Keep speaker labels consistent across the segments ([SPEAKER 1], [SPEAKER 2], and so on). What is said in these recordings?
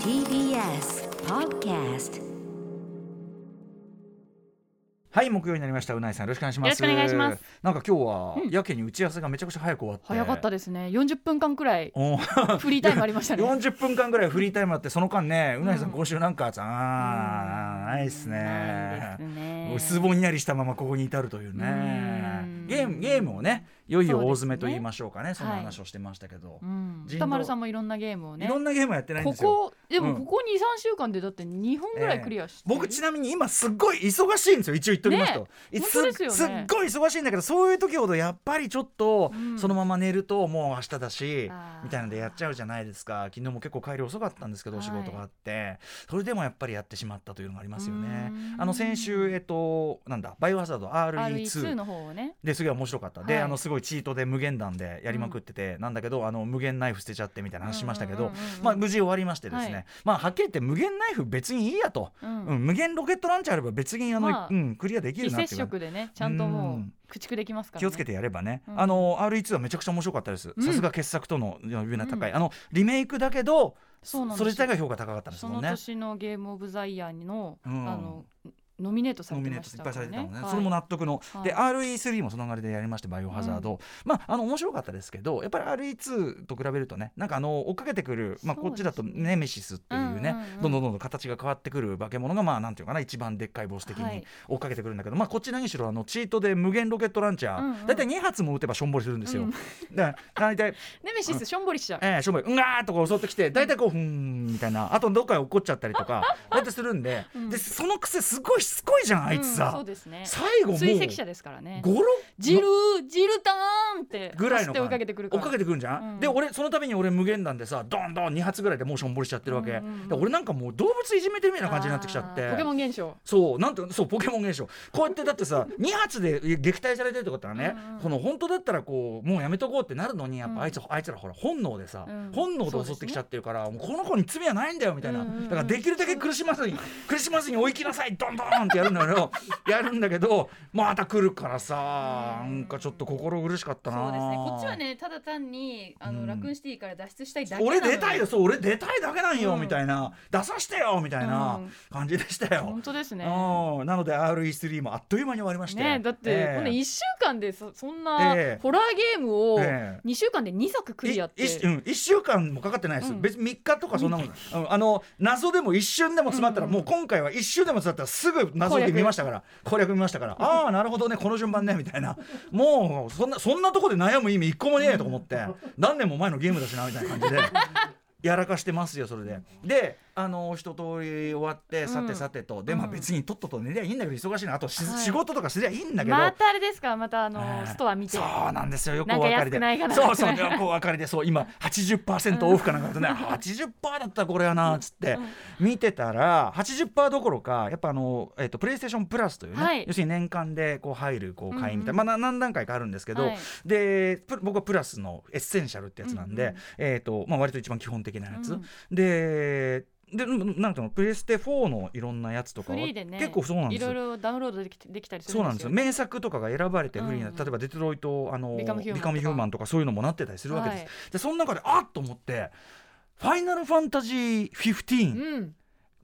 [SPEAKER 1] TBS Podcast
[SPEAKER 2] はい木曜になりましたうないさんよろしくお願いします
[SPEAKER 3] よろしくお願いします
[SPEAKER 2] なんか今日は
[SPEAKER 3] うん
[SPEAKER 2] やけに打ち合わせがめちゃくちゃ早く終わって
[SPEAKER 3] 早かった
[SPEAKER 2] で
[SPEAKER 3] ですね40分間くらい
[SPEAKER 2] お
[SPEAKER 3] フリータイムありましたね
[SPEAKER 2] 40分間ぐらいフリータイムあってその間ねうなぎさん
[SPEAKER 3] うん
[SPEAKER 2] 今週なんかあーないっす
[SPEAKER 3] な
[SPEAKER 2] ね
[SPEAKER 3] いですね
[SPEAKER 2] うすぼんやりしたままここに至るという
[SPEAKER 3] う
[SPEAKER 2] ね
[SPEAKER 3] ん
[SPEAKER 2] ゲームゲームをねいよいよ大詰めと
[SPEAKER 3] そうですね
[SPEAKER 2] 言いましょうかねそんな
[SPEAKER 3] はい
[SPEAKER 2] 話をしてましたけど、
[SPEAKER 3] うん
[SPEAKER 2] 人道
[SPEAKER 3] 歌丸さんもいろんなゲームを
[SPEAKER 2] い
[SPEAKER 3] ね
[SPEAKER 2] ろんなゲームやってないん
[SPEAKER 3] こ
[SPEAKER 2] ですよ
[SPEAKER 3] こで
[SPEAKER 2] う
[SPEAKER 3] も
[SPEAKER 2] ん
[SPEAKER 3] ここ23週間でだって2本ぐらいクリアしてる
[SPEAKER 2] 僕ちなみに今すっごい忙しいんですよ一応言っておきますと、
[SPEAKER 3] ね
[SPEAKER 2] い
[SPEAKER 3] 本当ですよね
[SPEAKER 2] すっごい忙しいんだけどそういう時ほどやっぱりちょっと
[SPEAKER 3] うん
[SPEAKER 2] そのまま寝るともう明日だし、
[SPEAKER 3] あー
[SPEAKER 2] みたいのでやっちゃうじゃないですか昨日も結構帰り遅かったんですけどお仕事
[SPEAKER 3] はい
[SPEAKER 2] があって、それでもやっぱりやってしまったというのがありますよね
[SPEAKER 3] うーん
[SPEAKER 2] あの先週えっとなんだバイオハザード
[SPEAKER 3] RE2
[SPEAKER 2] RE2
[SPEAKER 3] の方をね
[SPEAKER 2] ですごい面白かった、で
[SPEAKER 3] はい
[SPEAKER 2] あのすごいチートで無限弾でやりまくってて、なんだけどあの無限ナイフ捨てちゃってみたいな話しましたけど、
[SPEAKER 3] うんうんうんうん
[SPEAKER 2] まあ、無事終わりましてですね、
[SPEAKER 3] はい
[SPEAKER 2] まあはっきり言って無限ナイフ別にいいやと。
[SPEAKER 3] うん
[SPEAKER 2] うん、無限ロケットランチャーあれば別にあの、
[SPEAKER 3] まあ
[SPEAKER 2] うん、クリアでき
[SPEAKER 3] 非
[SPEAKER 2] るなって
[SPEAKER 3] 接
[SPEAKER 2] いうか
[SPEAKER 3] 触でねちゃんとも
[SPEAKER 2] う
[SPEAKER 3] うん駆逐できますからね
[SPEAKER 2] 気をつけてやればね、
[SPEAKER 3] うん
[SPEAKER 2] あの R2 はめちゃくちゃ面白かったです
[SPEAKER 3] うん
[SPEAKER 2] さすが傑作との呼び高い、
[SPEAKER 3] うん
[SPEAKER 2] あのリメイクだけど
[SPEAKER 3] そうなんですよ
[SPEAKER 2] それ自体が評価高かったです
[SPEAKER 3] そ
[SPEAKER 2] もん
[SPEAKER 3] の
[SPEAKER 2] ね
[SPEAKER 3] 年のゲームオブザイヤーの
[SPEAKER 2] う
[SPEAKER 3] あ
[SPEAKER 2] ん
[SPEAKER 3] のノミネートさ
[SPEAKER 2] ノ
[SPEAKER 3] れて
[SPEAKER 2] ミネー
[SPEAKER 3] ま
[SPEAKER 2] ト
[SPEAKER 3] し
[SPEAKER 2] いったぱいされてたもんね、
[SPEAKER 3] はい
[SPEAKER 2] それも納得の、
[SPEAKER 3] はい
[SPEAKER 2] で RE3 もその流れでやりましてバイオハザード、まああの面白かったですけどやっぱり RE2 と比べるとねなんかあの追っかけてくる、まあ、
[SPEAKER 3] そう
[SPEAKER 2] こっちだと
[SPEAKER 3] です
[SPEAKER 2] ネ
[SPEAKER 3] ね
[SPEAKER 2] メシスっていうね、
[SPEAKER 3] うんうんうん
[SPEAKER 2] どんどんどんどん形が変わってくる化け物がまあなんていうかな一番でっかいボス的
[SPEAKER 3] は
[SPEAKER 2] に
[SPEAKER 3] い
[SPEAKER 2] 追っかけてくるんだけど、まあこっち何しろあのチートで無限ロケットランチャ
[SPEAKER 3] うん
[SPEAKER 2] ー
[SPEAKER 3] うん
[SPEAKER 2] 大体、2発も撃てばしょんぼりするんですよ。
[SPEAKER 3] うん
[SPEAKER 2] だから大体
[SPEAKER 3] ネメシスしょんぼりしちゃう
[SPEAKER 2] えー、しょんぼりうんがーっとこう襲ってきて大体こうふーんみたいなあとどっかへ怒っちゃったりとか大体するんで,、
[SPEAKER 3] うん
[SPEAKER 2] でそのくせすごいしつこいじゃんあいつ
[SPEAKER 3] うん
[SPEAKER 2] さ、
[SPEAKER 3] そうですね
[SPEAKER 2] 最後もう
[SPEAKER 3] 追跡者ですからね
[SPEAKER 2] 56
[SPEAKER 3] ジルジルターンって
[SPEAKER 2] ぐらいの
[SPEAKER 3] 走って追いかけてくるか
[SPEAKER 2] 追っ
[SPEAKER 3] ら
[SPEAKER 2] かけてくるんじゃん、
[SPEAKER 3] うん
[SPEAKER 2] で俺その度に俺無限弾でさどんどん2発ぐらいでもうしょんぼりしちゃってるわけ、
[SPEAKER 3] うんうんうん
[SPEAKER 2] で俺なんかもう動物いじめてるみたいな感じになってきちゃっ
[SPEAKER 3] あ
[SPEAKER 2] て
[SPEAKER 3] ーポケモン現象
[SPEAKER 2] そうなんてそうポケモン現象こうやってだってさ2発で撃退されてるってことはね、
[SPEAKER 3] うんうん
[SPEAKER 2] この本当だったらこうもうやめとこうってなるのにやっ
[SPEAKER 3] うん
[SPEAKER 2] ぱあいつ、あいつらほら本能でさ、
[SPEAKER 3] うん
[SPEAKER 2] 本能で襲ってきちゃってるからもうこの子に罪はないんだよみたいな、
[SPEAKER 3] うんうんうん
[SPEAKER 2] だからできるだけ苦しまずに苦しまずに追いきなさいどんどんってやるんだけ どやるんだけどまた来るからさ
[SPEAKER 3] う
[SPEAKER 2] なんんかちょっと心苦しかったな
[SPEAKER 3] そうですねこっちはねただ単にあの、
[SPEAKER 2] うん
[SPEAKER 3] ラクーンシティから脱出したいだけなの
[SPEAKER 2] 俺出たいよそう俺出たいだけなんよ、
[SPEAKER 3] うん
[SPEAKER 2] みたいな出さしてよみたいな
[SPEAKER 3] うん
[SPEAKER 2] 感じでしたよ。
[SPEAKER 3] 本当ですね
[SPEAKER 2] うんなので RE3 もあっという間に終わりまして。
[SPEAKER 3] ねだって、
[SPEAKER 2] ええ
[SPEAKER 3] こんな1週間でそそんな
[SPEAKER 2] ええ
[SPEAKER 3] ホラーゲームを
[SPEAKER 2] ええ
[SPEAKER 3] 2週間で2作クリアって、
[SPEAKER 2] いいうん、1週間もかかってないです、
[SPEAKER 3] うん
[SPEAKER 2] 別に3日とかそんなもん、うんあの謎でも一瞬でも詰まったら、
[SPEAKER 3] うんうん
[SPEAKER 2] もう今回は一瞬でも詰まったらすぐ謎で見ましたから攻略見ましたから ああなるほどねこの順番ねみたいなもうそんなそんなとこで悩む意味一個もねえと思って、何年も前のゲームだしなみたいな感 じで。やらかしてますよそれでであの一通り終わってさてさてと、でまあ
[SPEAKER 3] うん
[SPEAKER 2] 別にとっとと寝りゃいいんだけど忙しいなあとし、
[SPEAKER 3] はい
[SPEAKER 2] 仕事とかすりゃいいんだけど、
[SPEAKER 3] またあれですかまたあの、
[SPEAKER 2] ええ
[SPEAKER 3] ストア見て
[SPEAKER 2] そうなんですよ。よく
[SPEAKER 3] なん
[SPEAKER 2] お
[SPEAKER 3] か
[SPEAKER 2] 分かりで。
[SPEAKER 3] 安くないかな
[SPEAKER 2] そうそう、よくお分かりで、そう、 今80%オフかなんかだね、80%だったらこれやなっつって。見てたら、80%どころか、やっぱあの、えっと、プレイステーションプラスというね、
[SPEAKER 3] はい
[SPEAKER 2] 要するに年間でこう入る、こう会員みたいな、
[SPEAKER 3] うんう
[SPEAKER 2] まあ、な何段階かあるんですけど。
[SPEAKER 3] はい
[SPEAKER 2] で、プ僕はプラスのエッセンシャルってやつなんで、
[SPEAKER 3] うんうん
[SPEAKER 2] えっと、まあ、割と一番基本的なやつ。
[SPEAKER 3] うん
[SPEAKER 2] で。でうんなんていうのプレステ4のいろんなやつとか
[SPEAKER 3] フ
[SPEAKER 2] は
[SPEAKER 3] リーでね
[SPEAKER 2] 結構そうなんですよ
[SPEAKER 3] いろいろダウンロードできできたりす
[SPEAKER 2] そ
[SPEAKER 3] る
[SPEAKER 2] うんな
[SPEAKER 3] で
[SPEAKER 2] んです
[SPEAKER 3] すよ
[SPEAKER 2] よ名作とかが選ばれてフリーにな
[SPEAKER 3] うんうん
[SPEAKER 2] 例えばデトロイトあの
[SPEAKER 3] ビカムヒュ
[SPEAKER 2] ビ
[SPEAKER 3] ーマンとか
[SPEAKER 2] カムヒューマンとかそういうのもなってたりするわけです、
[SPEAKER 3] はい
[SPEAKER 2] でその中であっと思って「ファイナルファンタジー15」
[SPEAKER 3] うん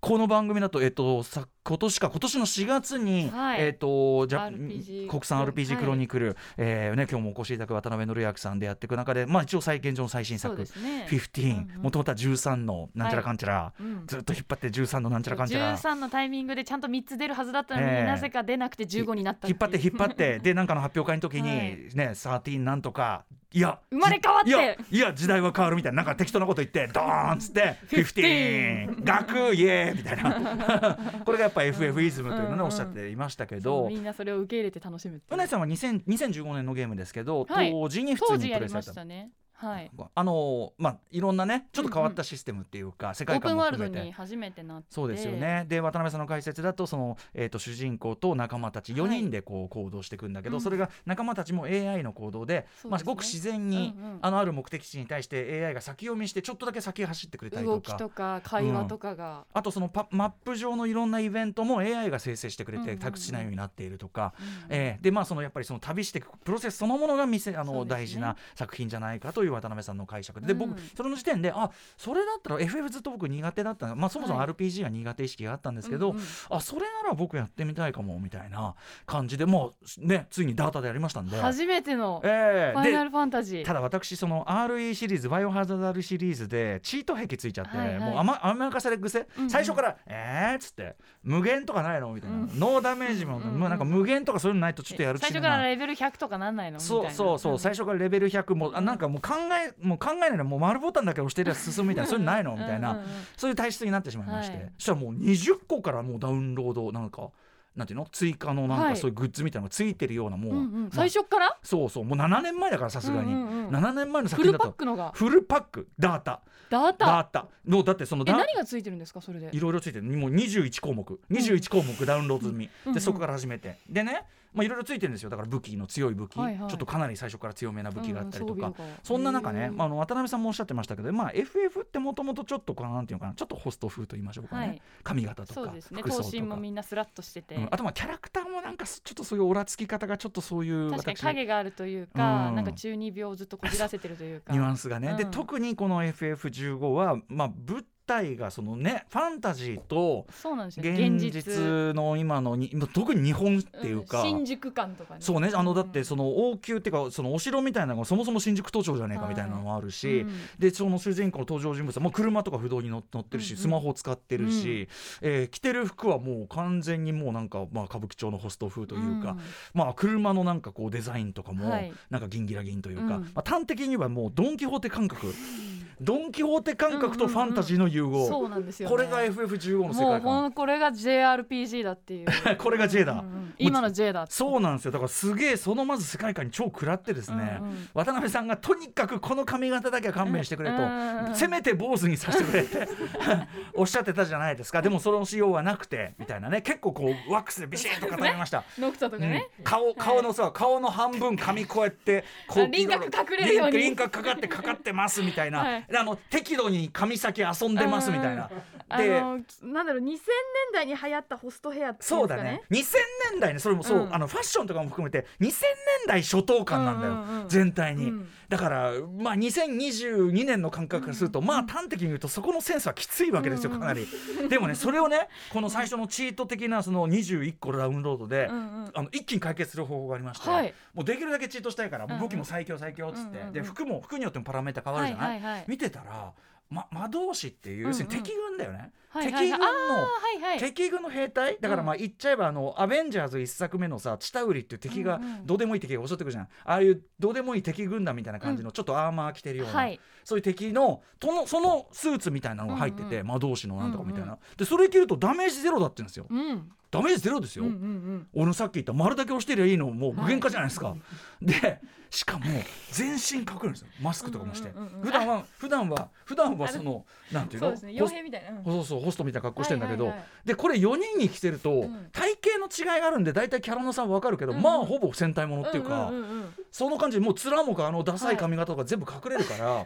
[SPEAKER 2] この番組だと、えっと、さ今年か今年の4月に、
[SPEAKER 3] はい
[SPEAKER 2] えっとじゃ
[SPEAKER 3] RPG
[SPEAKER 2] 国産 RPG クロニクル、えーね、今日もお越しいただく渡辺則明さんでやっていく中で、まあ、一応再現上の最新
[SPEAKER 3] そう
[SPEAKER 2] 作
[SPEAKER 3] ですね
[SPEAKER 2] 15
[SPEAKER 3] うんうん
[SPEAKER 2] もともとは13のなんちゃらかんちゃら、
[SPEAKER 3] うん
[SPEAKER 2] ずっと引っ張って13のなんちゃらかんちゃら。
[SPEAKER 3] 13のタイミングでちゃんと3つ出るはずだったのに、
[SPEAKER 2] ええ
[SPEAKER 3] なぜか出なくて15になった
[SPEAKER 2] 引っ張って
[SPEAKER 3] いう
[SPEAKER 2] 引っ張 ってでなんかの発表会の時に、
[SPEAKER 3] はい
[SPEAKER 2] ね13なんとかいや
[SPEAKER 3] 生まれ変わって
[SPEAKER 2] いやいや時代は変わるみたいななんか適当なこと言ってドーンっつって「15」「学イエーイ!」みたい なこれがやっぱ FF イズムというのを
[SPEAKER 3] うん
[SPEAKER 2] ね
[SPEAKER 3] うん
[SPEAKER 2] おっしゃっていましたけ
[SPEAKER 3] そう
[SPEAKER 2] ど。
[SPEAKER 3] みんなそれを受け入れて楽しむっていう
[SPEAKER 2] うなぎさんは2000 2015年のゲームですけど、
[SPEAKER 3] はい
[SPEAKER 2] 当時に普
[SPEAKER 3] 当
[SPEAKER 2] 通に
[SPEAKER 3] 時
[SPEAKER 2] プ
[SPEAKER 3] や
[SPEAKER 2] レイ
[SPEAKER 3] り
[SPEAKER 2] さ
[SPEAKER 3] ま
[SPEAKER 2] れ
[SPEAKER 3] したたねはい
[SPEAKER 2] あのまあいろんなねちょっと変わったシステムっていうか、世
[SPEAKER 3] オ
[SPEAKER 2] 界
[SPEAKER 3] ープ
[SPEAKER 2] 観
[SPEAKER 3] ン
[SPEAKER 2] も
[SPEAKER 3] ワール
[SPEAKER 2] 含
[SPEAKER 3] ド
[SPEAKER 2] めて
[SPEAKER 3] に初めてなって
[SPEAKER 2] そうですよね。で渡辺さんの解説だとその、えー、と主人公と仲間たち
[SPEAKER 3] はい
[SPEAKER 2] 4人でこう行動していくんだけど、
[SPEAKER 3] うん
[SPEAKER 2] それが仲間たちも AI の行動で
[SPEAKER 3] そうですね
[SPEAKER 2] まあ、ごく自然に、
[SPEAKER 3] うんうん
[SPEAKER 2] あのある目的地に対して AI が先読みしてちょっとだけ先走ってくれたり
[SPEAKER 3] 動
[SPEAKER 2] と
[SPEAKER 3] き
[SPEAKER 2] か。
[SPEAKER 3] とか会話とかが、
[SPEAKER 2] あとそのパマップ上のいろんなイベントも AI が生成してくれ
[SPEAKER 3] うんうん
[SPEAKER 2] て
[SPEAKER 3] うん
[SPEAKER 2] 宅地しないようになっているとか、
[SPEAKER 3] うん
[SPEAKER 2] えーでまあそのやっぱりその旅していくプロセスそのものが見せあ
[SPEAKER 3] そ
[SPEAKER 2] の、
[SPEAKER 3] うですね
[SPEAKER 2] 大事な作品じゃないかといういう渡辺さんの解釈でで
[SPEAKER 4] う
[SPEAKER 2] 僕
[SPEAKER 4] ん
[SPEAKER 2] それの時点であそれだったら FF ずっと僕苦手だったのまあそもそも
[SPEAKER 4] はい
[SPEAKER 2] RPG が苦手意識があったんですけ
[SPEAKER 4] う
[SPEAKER 2] ど
[SPEAKER 4] んうん
[SPEAKER 2] あそれなら僕やってみたいかもみたいな感じでもうねついにダータでやりましたんで。
[SPEAKER 4] 初めての
[SPEAKER 2] え
[SPEAKER 4] フ
[SPEAKER 2] え
[SPEAKER 4] ァイナ
[SPEAKER 2] で
[SPEAKER 4] ルファンタジー
[SPEAKER 2] ただ私その RE シリーズバイオハザードシリーズでチート壁ついちゃって、
[SPEAKER 4] はいはい
[SPEAKER 2] もう甘甘やかされ癖、
[SPEAKER 4] うんうん
[SPEAKER 2] 最初から「えー」っつって「無限とかないの?」みたいな、
[SPEAKER 4] うん
[SPEAKER 2] ノーダメージも、
[SPEAKER 4] うんうん
[SPEAKER 2] まあなんか無限とかそういうのないとちょっとやる気
[SPEAKER 4] 最
[SPEAKER 2] しな
[SPEAKER 4] 初
[SPEAKER 2] い
[SPEAKER 4] からレベル100とかなんないのみたい
[SPEAKER 2] そう
[SPEAKER 4] な
[SPEAKER 2] そうそう、最初からレベル100もうあなんかもう考えもう考えないのもう丸ボタンだけ押してりゃ進むみたいなそういうのないのみたいな、
[SPEAKER 4] うんうんうん
[SPEAKER 2] そういう体質になってしまいまして、
[SPEAKER 4] はい
[SPEAKER 2] そしたらもう20個からもうダウンロードなんかなんていうの追加のなん
[SPEAKER 4] は
[SPEAKER 2] か
[SPEAKER 4] い
[SPEAKER 2] そういうグッズみたいなのがついてるようなもう、
[SPEAKER 4] うんうん
[SPEAKER 2] まあ
[SPEAKER 4] 最初から
[SPEAKER 2] そうそうもう7年前だからさすがに、
[SPEAKER 4] うんうんうん
[SPEAKER 2] 7年前の作
[SPEAKER 4] フ
[SPEAKER 2] 品
[SPEAKER 4] ル
[SPEAKER 2] だ
[SPEAKER 4] パッ
[SPEAKER 2] と
[SPEAKER 4] クのが
[SPEAKER 2] フルパックダータ
[SPEAKER 4] ダー
[SPEAKER 2] ダ
[SPEAKER 4] タ
[SPEAKER 2] ータのだってその
[SPEAKER 4] え
[SPEAKER 2] ダー
[SPEAKER 4] 何がついてるんですかそれで
[SPEAKER 2] いろいろついてるもう21項目21項目ダウンロード済み、
[SPEAKER 4] うんう
[SPEAKER 2] で
[SPEAKER 4] ん
[SPEAKER 2] そこから始めてでねまあいろいろついてるんですよだから武器の強い武器、
[SPEAKER 4] はいはい
[SPEAKER 2] ちょっとかなり最初から強めな武器があったりとか、
[SPEAKER 4] うん装備とか
[SPEAKER 2] そんな中ね、
[SPEAKER 4] うん
[SPEAKER 2] まあ、あの渡辺さんもおっしゃってましたけど、まあ、FF ってもともとちょっとこうなんていうのかなちょっとホスト風と言いましょうかね、
[SPEAKER 4] はい
[SPEAKER 2] 髪型と
[SPEAKER 4] そう
[SPEAKER 2] か
[SPEAKER 4] ですね
[SPEAKER 2] 服装
[SPEAKER 4] 頭
[SPEAKER 2] と
[SPEAKER 4] 身も。
[SPEAKER 2] か
[SPEAKER 4] みんなスラッとしてて、
[SPEAKER 2] うんあとまあキャラクターもなんかすちょっとそういうオラつき方がちょっとそうい
[SPEAKER 4] 確
[SPEAKER 2] う
[SPEAKER 4] かに
[SPEAKER 2] 私ニ
[SPEAKER 4] 影があるというか、
[SPEAKER 2] うん
[SPEAKER 4] なんか中二病をずっとこじらせてるというか
[SPEAKER 2] ュアンスがね、で
[SPEAKER 4] うん
[SPEAKER 2] 特にこの FF15 は、まあ、舞台がそのねファンタジーと
[SPEAKER 4] そうなんですよね
[SPEAKER 2] 現
[SPEAKER 4] 現実
[SPEAKER 2] 実の今のにもう特に日本っていうか、
[SPEAKER 4] ん新宿感とかね
[SPEAKER 2] そうねあの
[SPEAKER 4] ん
[SPEAKER 2] だってその王宮っていうかそのお城みたいなのがそもそも新宿都庁じゃねえかみたいなのもあるし、
[SPEAKER 4] うん
[SPEAKER 2] でその主人公の登場人物はもう車とか不動に乗乗ってる
[SPEAKER 4] う
[SPEAKER 2] し、
[SPEAKER 4] んうん
[SPEAKER 2] スマホを使ってるし、えー着てる服はもう完全にもうなんか、まあ、歌舞伎町のホスト風というか、
[SPEAKER 4] ん
[SPEAKER 2] まあ、車のなんかこうデザインとかも、
[SPEAKER 4] はい
[SPEAKER 2] なんかギンギラギンというか、
[SPEAKER 4] うん
[SPEAKER 2] まあ、端的に言えばもうドン・キホーテ感 覚、ドン・キホーテ感覚とファンタジーの融合、
[SPEAKER 4] そうなんですよ、ね、
[SPEAKER 2] これが FF15 の
[SPEAKER 4] も
[SPEAKER 2] 世
[SPEAKER 4] う
[SPEAKER 2] 界
[SPEAKER 4] ほ
[SPEAKER 2] 観
[SPEAKER 4] んこれが JRPG だっていう
[SPEAKER 2] これが J だ、
[SPEAKER 4] うんうん今の J だって
[SPEAKER 2] そうなんですよだからすげえそのまず世界観に超食らってですね、
[SPEAKER 4] うんうん
[SPEAKER 2] 渡辺さんがとにかくこの髪型だけは勘弁してくれと、
[SPEAKER 4] うん
[SPEAKER 2] せめて坊主にさせてくれって おっしゃってたじゃないですかでもその仕様はなくてみたいなね結構こうワックスでビシッと固めました。
[SPEAKER 4] ノクタとかね、
[SPEAKER 2] うん顔顔のさ、顔の半分髪こうや ってこ
[SPEAKER 4] あ輪郭
[SPEAKER 2] いろ
[SPEAKER 4] 隠
[SPEAKER 2] いろ
[SPEAKER 4] れるように
[SPEAKER 2] 輪郭輪郭かかってかかってますみたいな、
[SPEAKER 4] はい
[SPEAKER 2] であの適度に髪先遊んでますみたいな。
[SPEAKER 4] あ
[SPEAKER 2] で
[SPEAKER 4] のなんだろう2000年代に流行ったホストヘアってい
[SPEAKER 2] そ
[SPEAKER 4] ん
[SPEAKER 2] う
[SPEAKER 4] ですか
[SPEAKER 2] だね2000年代ねそれもそう、
[SPEAKER 4] うん
[SPEAKER 2] あのファッションとかも含めて2000年代初等感なんだよ、
[SPEAKER 4] うんうんうん
[SPEAKER 2] 全体に、
[SPEAKER 4] うん
[SPEAKER 2] だからまあ2022年の感覚からすると、まあ端的に言うとそこのセンスはきついわけですよかなり、でもねそれをねこの最初のチート的なその21個ダウンロードで、
[SPEAKER 4] うんうん
[SPEAKER 2] あの一気に解決する方法がありまして、
[SPEAKER 4] はい
[SPEAKER 2] もうできるだけチートしたいから、
[SPEAKER 4] んうん
[SPEAKER 2] 武器も最強最強っつって、
[SPEAKER 4] うんうんうん
[SPEAKER 2] で服も服によってもパラメータ変わる
[SPEAKER 4] はい
[SPEAKER 2] じゃない、
[SPEAKER 4] はいはい
[SPEAKER 2] 見てたら、ま、魔導士ってい
[SPEAKER 4] うんう
[SPEAKER 2] う、
[SPEAKER 4] ん
[SPEAKER 2] 要するに敵軍だよね、
[SPEAKER 4] はいはいはい
[SPEAKER 2] 敵軍の、
[SPEAKER 4] あーはいはい
[SPEAKER 2] 敵軍の兵隊だからまあ言っちゃえばあの、アベンジャーズ一作目のさチタウリっていう敵が、
[SPEAKER 4] うんうん
[SPEAKER 2] どうでもいい敵が襲ってくるじゃんああいうどうでもいい敵軍団みたいな感じの、ちょっとアーマー着てるような、
[SPEAKER 4] はい
[SPEAKER 2] そういう敵のとのそのスーツみたいなのが入ってて、
[SPEAKER 4] うんうん
[SPEAKER 2] 魔導士のなんとかみたいな、でそれ着るとダメージゼロだって言うんですよ
[SPEAKER 4] うんうん
[SPEAKER 2] ダメージゼロですよ、
[SPEAKER 4] うんうん
[SPEAKER 2] 俺のさっき言った丸だけ押してりゃいいのもう無限化じゃないですか、でしかも全身隠れるんですよマスクとかもして、
[SPEAKER 4] うんうんうんうん
[SPEAKER 2] 普段は普段は普段はそのなんていう
[SPEAKER 4] そう
[SPEAKER 2] の
[SPEAKER 4] ですね
[SPEAKER 2] ホ
[SPEAKER 4] 傭
[SPEAKER 2] ス
[SPEAKER 4] 兵みたいなうん
[SPEAKER 2] そうそうホストみたいな格好してんだけど、
[SPEAKER 4] はいはいはい
[SPEAKER 2] でこれ4人に着てると、
[SPEAKER 4] ん
[SPEAKER 2] 体型の違いがあるんで大体キャラの差は分かるけど、
[SPEAKER 4] うんうん
[SPEAKER 2] まあほぼ戦隊ものっていうか、
[SPEAKER 4] んんんうん
[SPEAKER 2] その感じでもう面もかあのダサい髪型とか全部隠れるから、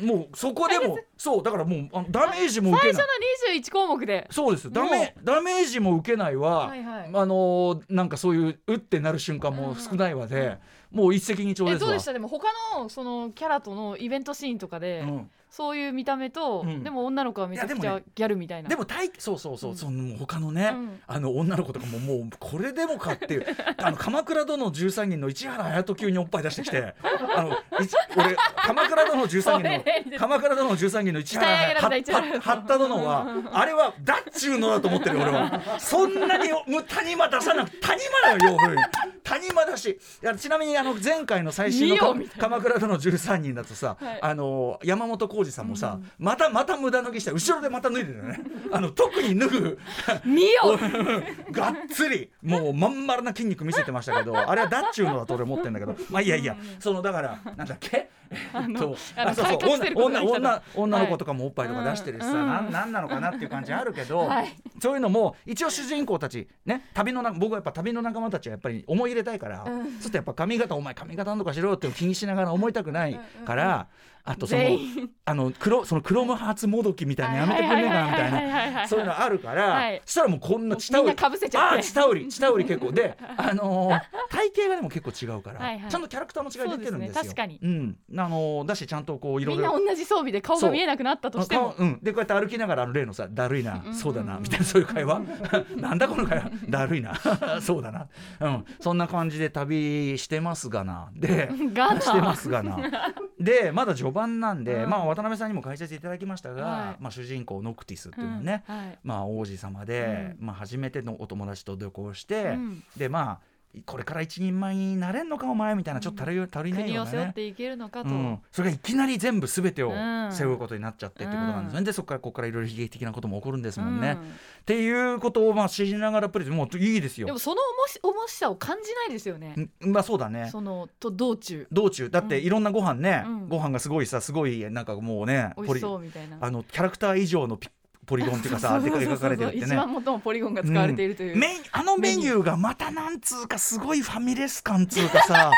[SPEAKER 2] もうそこでもそうだからもうあのダメージも受け
[SPEAKER 4] 最
[SPEAKER 2] な
[SPEAKER 4] 初
[SPEAKER 2] い。
[SPEAKER 4] の21項目で
[SPEAKER 2] そうですダメダメージも受けないは、
[SPEAKER 4] はいはい
[SPEAKER 2] あのーなんかそういううってなる瞬間も少ないわで、もう一石二鳥
[SPEAKER 4] え
[SPEAKER 2] です
[SPEAKER 4] どう
[SPEAKER 2] わ。
[SPEAKER 4] でしたでも他のそのキャラとのイベントシーンとかで、
[SPEAKER 2] うん
[SPEAKER 4] そういう見た目と、
[SPEAKER 2] うん
[SPEAKER 4] でも女の子はめちゃく
[SPEAKER 2] い
[SPEAKER 4] ち
[SPEAKER 2] やでも
[SPEAKER 4] ゃ
[SPEAKER 2] ね
[SPEAKER 4] ギャルみたいな
[SPEAKER 2] でも体そうそうそう、
[SPEAKER 4] うん
[SPEAKER 2] そのもう他のね、
[SPEAKER 4] うん
[SPEAKER 2] あの女の子とかももうこれでもかっていう あの鎌倉殿の13人の市原隼人級におっぱい出してき てあのいち俺鎌倉殿の13人
[SPEAKER 4] それ
[SPEAKER 2] の鎌倉殿の13人の市原
[SPEAKER 4] 鍛え上げられ
[SPEAKER 2] 隼
[SPEAKER 4] た
[SPEAKER 2] 人
[SPEAKER 4] 市原隼人
[SPEAKER 2] 八田殿はあれはだっちゅうのだと思ってるよ俺はそんなにもう谷間出さなく谷間だよ要するに谷間だしいやちなみにあの前回の最新の
[SPEAKER 4] 見よみ
[SPEAKER 2] か鎌倉殿の13人だとさ、
[SPEAKER 4] はい
[SPEAKER 2] あの山本浩二さんもさ、またまた無駄脱ぎした後ろでまた脱いでるよねあの特に脱ぐ
[SPEAKER 4] 見よ
[SPEAKER 2] がっつりもうまん丸な筋肉見せてましたけ どあれはだっちゅうのだと俺思ってんだけどまあいやいやそのだからなんだっけえっと
[SPEAKER 4] あの
[SPEAKER 2] あそうそ
[SPEAKER 4] 改
[SPEAKER 2] う
[SPEAKER 4] 革してることが
[SPEAKER 2] 女
[SPEAKER 4] でき
[SPEAKER 2] 女
[SPEAKER 4] たと
[SPEAKER 2] 女女の子とかもおっぱいとか出してるしさ、
[SPEAKER 4] はいうん
[SPEAKER 2] なんなんなのかなっていう感じあるけど、
[SPEAKER 4] はい
[SPEAKER 2] そういうのも一応主人公たちね旅のな僕はやっぱ旅の仲間たちはやっぱり思い入れたいから、ちょっとやっぱ髪型お前髪型なんとかしろよって気にしながら思いたくないから、あとその
[SPEAKER 3] 全員
[SPEAKER 2] あの黒その黒ムハーツもどきみたいなのやめてくんねえかなみたいな
[SPEAKER 3] な
[SPEAKER 2] そういうのあるから、
[SPEAKER 3] はい
[SPEAKER 2] そしたらもうこんなチタウ
[SPEAKER 3] みん
[SPEAKER 2] リ
[SPEAKER 3] なかぶせちゃって
[SPEAKER 2] あーチタウリチタウリ結構 で、あのー体型がでも結構違うから
[SPEAKER 3] はいはい
[SPEAKER 2] ちゃんとキャラクターの違い出てるんですよ。
[SPEAKER 3] そうですね確かに
[SPEAKER 2] うん、あのーだしちゃんとこういろ
[SPEAKER 3] み
[SPEAKER 2] い
[SPEAKER 3] んな
[SPEAKER 2] ろ。
[SPEAKER 3] 同じ装備で顔が見えなくなったとしても
[SPEAKER 2] あうん、でこうやって歩きながらあの例のさ「だるいな、
[SPEAKER 3] うん
[SPEAKER 2] そうだな」みたいなそういう会話 なんだこの会話だるいな そうだな、うん、そんな感じで旅してますがな で
[SPEAKER 3] ガナ
[SPEAKER 2] してますが なでまだ序盤なんで、
[SPEAKER 3] うん
[SPEAKER 2] まあ、渡辺さんにも解説いただきましたが、
[SPEAKER 3] はい
[SPEAKER 2] まあ、主人公ノクティスっていううのは
[SPEAKER 3] ん
[SPEAKER 2] ね、
[SPEAKER 3] はい
[SPEAKER 2] まあ、王子様で、まあ、初めてのお友達と旅行して、
[SPEAKER 3] うん
[SPEAKER 2] でまあこれから一人前になれんのかお前みたいなちょっと足り,、足りない
[SPEAKER 3] 国
[SPEAKER 2] よ
[SPEAKER 3] を
[SPEAKER 2] うな
[SPEAKER 3] 背負っ
[SPEAKER 2] ね。
[SPEAKER 3] ていけるの
[SPEAKER 2] う
[SPEAKER 3] かと、
[SPEAKER 2] ん、それがいきなり全部全てを
[SPEAKER 3] うん
[SPEAKER 2] 背負うことになっちゃってってことなんですね、
[SPEAKER 3] うん
[SPEAKER 2] でそこからここからいろいろ悲劇的なことも起こるんです
[SPEAKER 3] う
[SPEAKER 2] もん
[SPEAKER 3] ん
[SPEAKER 2] ね。っていうことをまあ知りながらプレイもういいです
[SPEAKER 3] でも
[SPEAKER 2] よ。
[SPEAKER 3] その重し重しさを感じないですよね、
[SPEAKER 2] うんまあそうだね
[SPEAKER 3] そのと道中
[SPEAKER 2] 道中だっていろんなご飯ね、
[SPEAKER 3] うん
[SPEAKER 2] ご飯がすごいさすごいなんかもうね
[SPEAKER 3] 美味しそうみたいな
[SPEAKER 2] あのキャラクター以上のピポリゴンっていうか さでかい描かれてるってね。
[SPEAKER 3] 一番最もポリゴンが使われているという、
[SPEAKER 2] メインあのメニューがまたなんつうかすごいファミレス感つう かさ